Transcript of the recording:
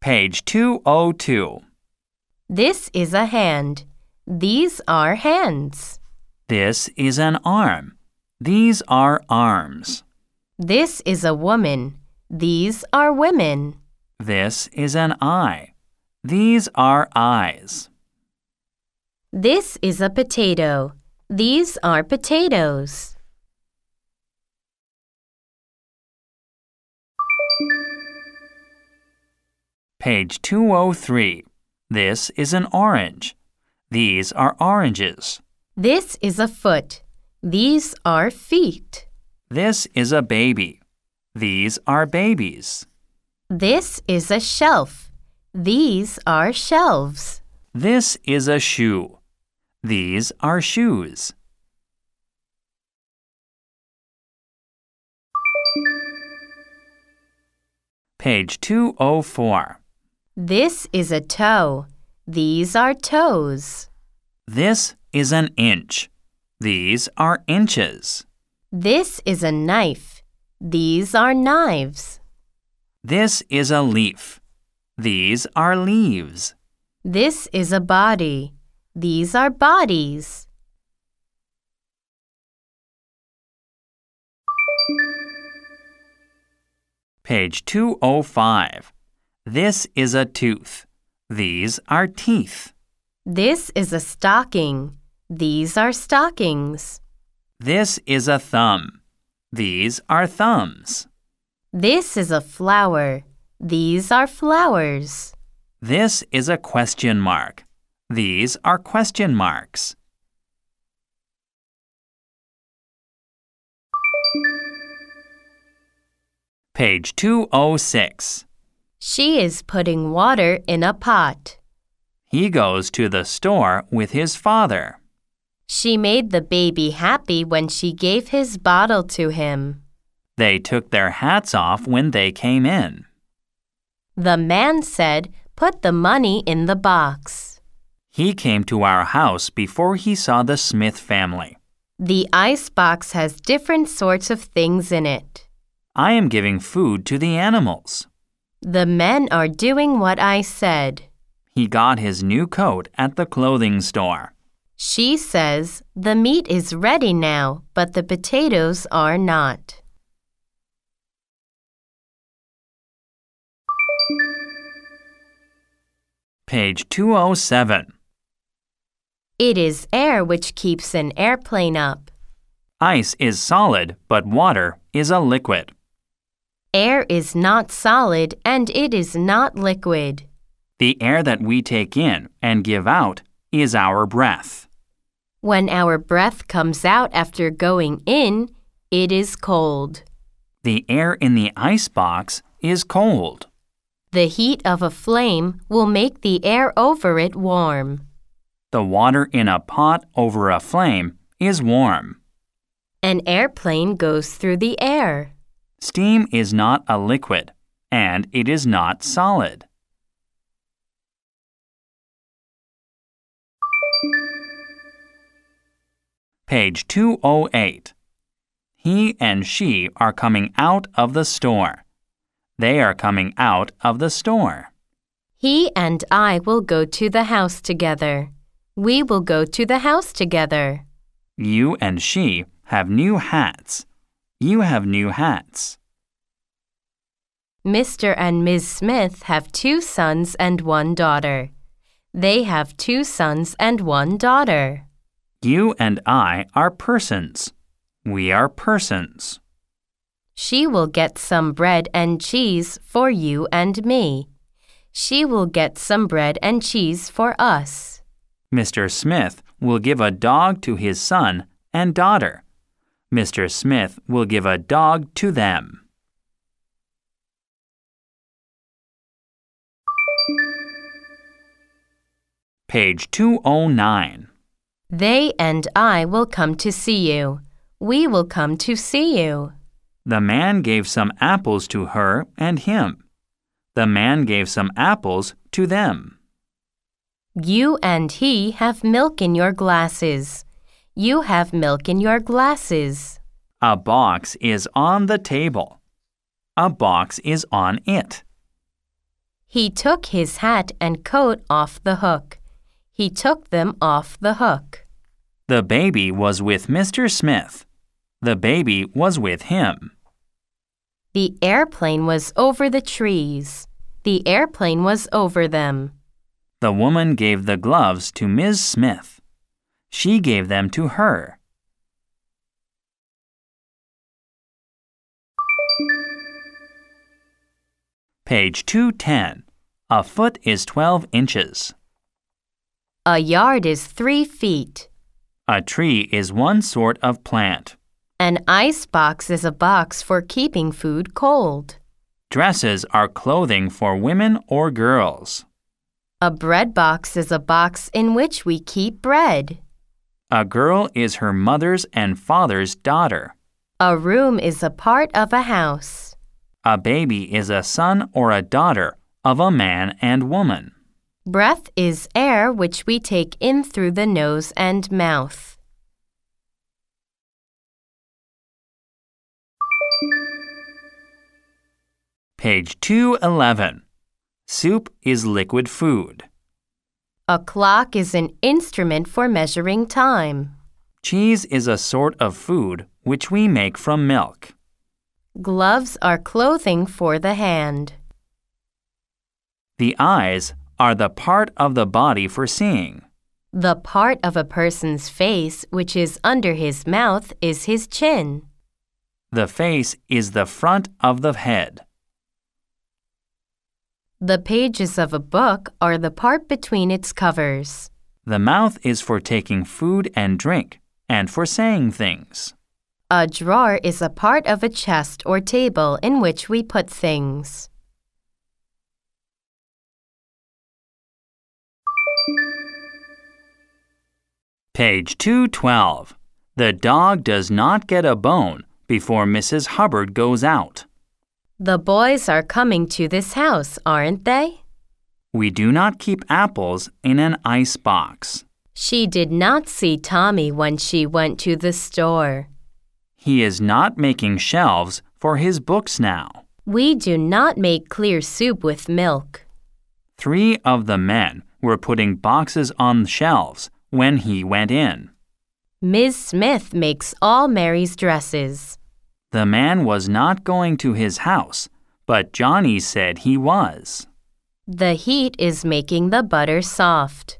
Page 202. This is a hand. These are hands. This is an arm. These are arms. This is a woman. These are women. This is an eye. These are eyes. This is a potato. These are potatoes. Page 203. This is an orange. These are oranges. This is a foot. These are feet. This is a baby. These are babies. This is a shelf. These are shelves. This is a shoe. These are shoes. Page 204. This is a toe. These are toes. This is an inch. These are inches. This is a knife. These are knives. This is a leaf. These are leaves. This is a body. These are bodies. Page 205. This is a tooth. These are teeth. This is a stocking. These are stockings. This is a thumb. These are thumbs. This is a flower. These are flowers. This is a question mark. These are question marks. Page 206. She is putting water in a pot. He goes to the store with his father. She made the baby happy when she gave his bottle to him. They took their hats off when they came in. The man said, Put the money in the box. He came to our house before he saw the Smith family. The ice box has different sorts of things in it. I am giving food to the animals. The men are doing what I said. He got his new coat at the clothing store. She says, The meat is ready now, but the potatoes are not. Page 207. It is air which keeps an airplane up. Ice is solid, but water is a liquid. Air is not solid and it is not liquid. The air that we take in and give out is our breath. When our breath comes out after going in, it is cold. The air in the ice box is cold. The heat of a flame will make the air over it warm. The water in a pot over a flame is warm. An airplane goes through the air. Steam is not a liquid, and it is not solid. Page 208. He and she are coming out of the store. They are coming out of the store. He and I will go to the house together. We will go to the house together. You and she have new hats. You have new hats. Mr. and Ms. Smith have two sons and one daughter. They have two sons and one daughter. You and I are persons. We are persons. She will get some bread and cheese for you and me. She will get some bread and cheese for us. Mr. Smith will give a dog to his son and daughter. Mr. Smith will give a dog to them. Page 209. They and I will come to see you. We will come to see you. The man gave some apples to her and him. The man gave some apples to them. You and he have milk in your glasses. You have milk in your glasses. A box is on the table. A box is on it. He took his hat and coat off the hook. He took them off the hook. The baby was with Mr. Smith. The baby was with him. The airplane was over the trees. The airplane was over them. The woman gave the gloves to Ms. Smith. She gave them to her. Page 210. A foot is 12 inches. A yard is three feet. A tree is one sort of plant. An ice box is a box for keeping food cold. Dresses are clothing for women or girls. A bread box is a box in which we keep bread. A girl is her mother's and father's daughter. A room is a part of a house. A baby is a son or a daughter of a man and woman. Breath is air which we take in through the nose and mouth. Page 211. Soup is liquid food. A clock is an instrument for measuring time. Cheese is a sort of food which we make from milk. Gloves are clothing for the hand. The eyes are the part of the body for seeing. The part of a person's face which is under his mouth is his chin. The face is the front of the head. The pages of a book are the part between its covers. The mouth is for taking food and drink and for saying things. A drawer is a part of a chest or table in which we put things. Page 212. The dog does not get a bone before Mrs. Hubbard goes out. The boys are coming to this house, aren't they? We do not keep apples in an ice box. She did not see Tommy when she went to the store. He is not making shelves for his books now. We do not make clear soup with milk. Three of the men were putting boxes on shelves when he went in. Ms. Smith makes all Mary's dresses. The man was not going to his house, but Johnny said he was. The heat is making the butter soft.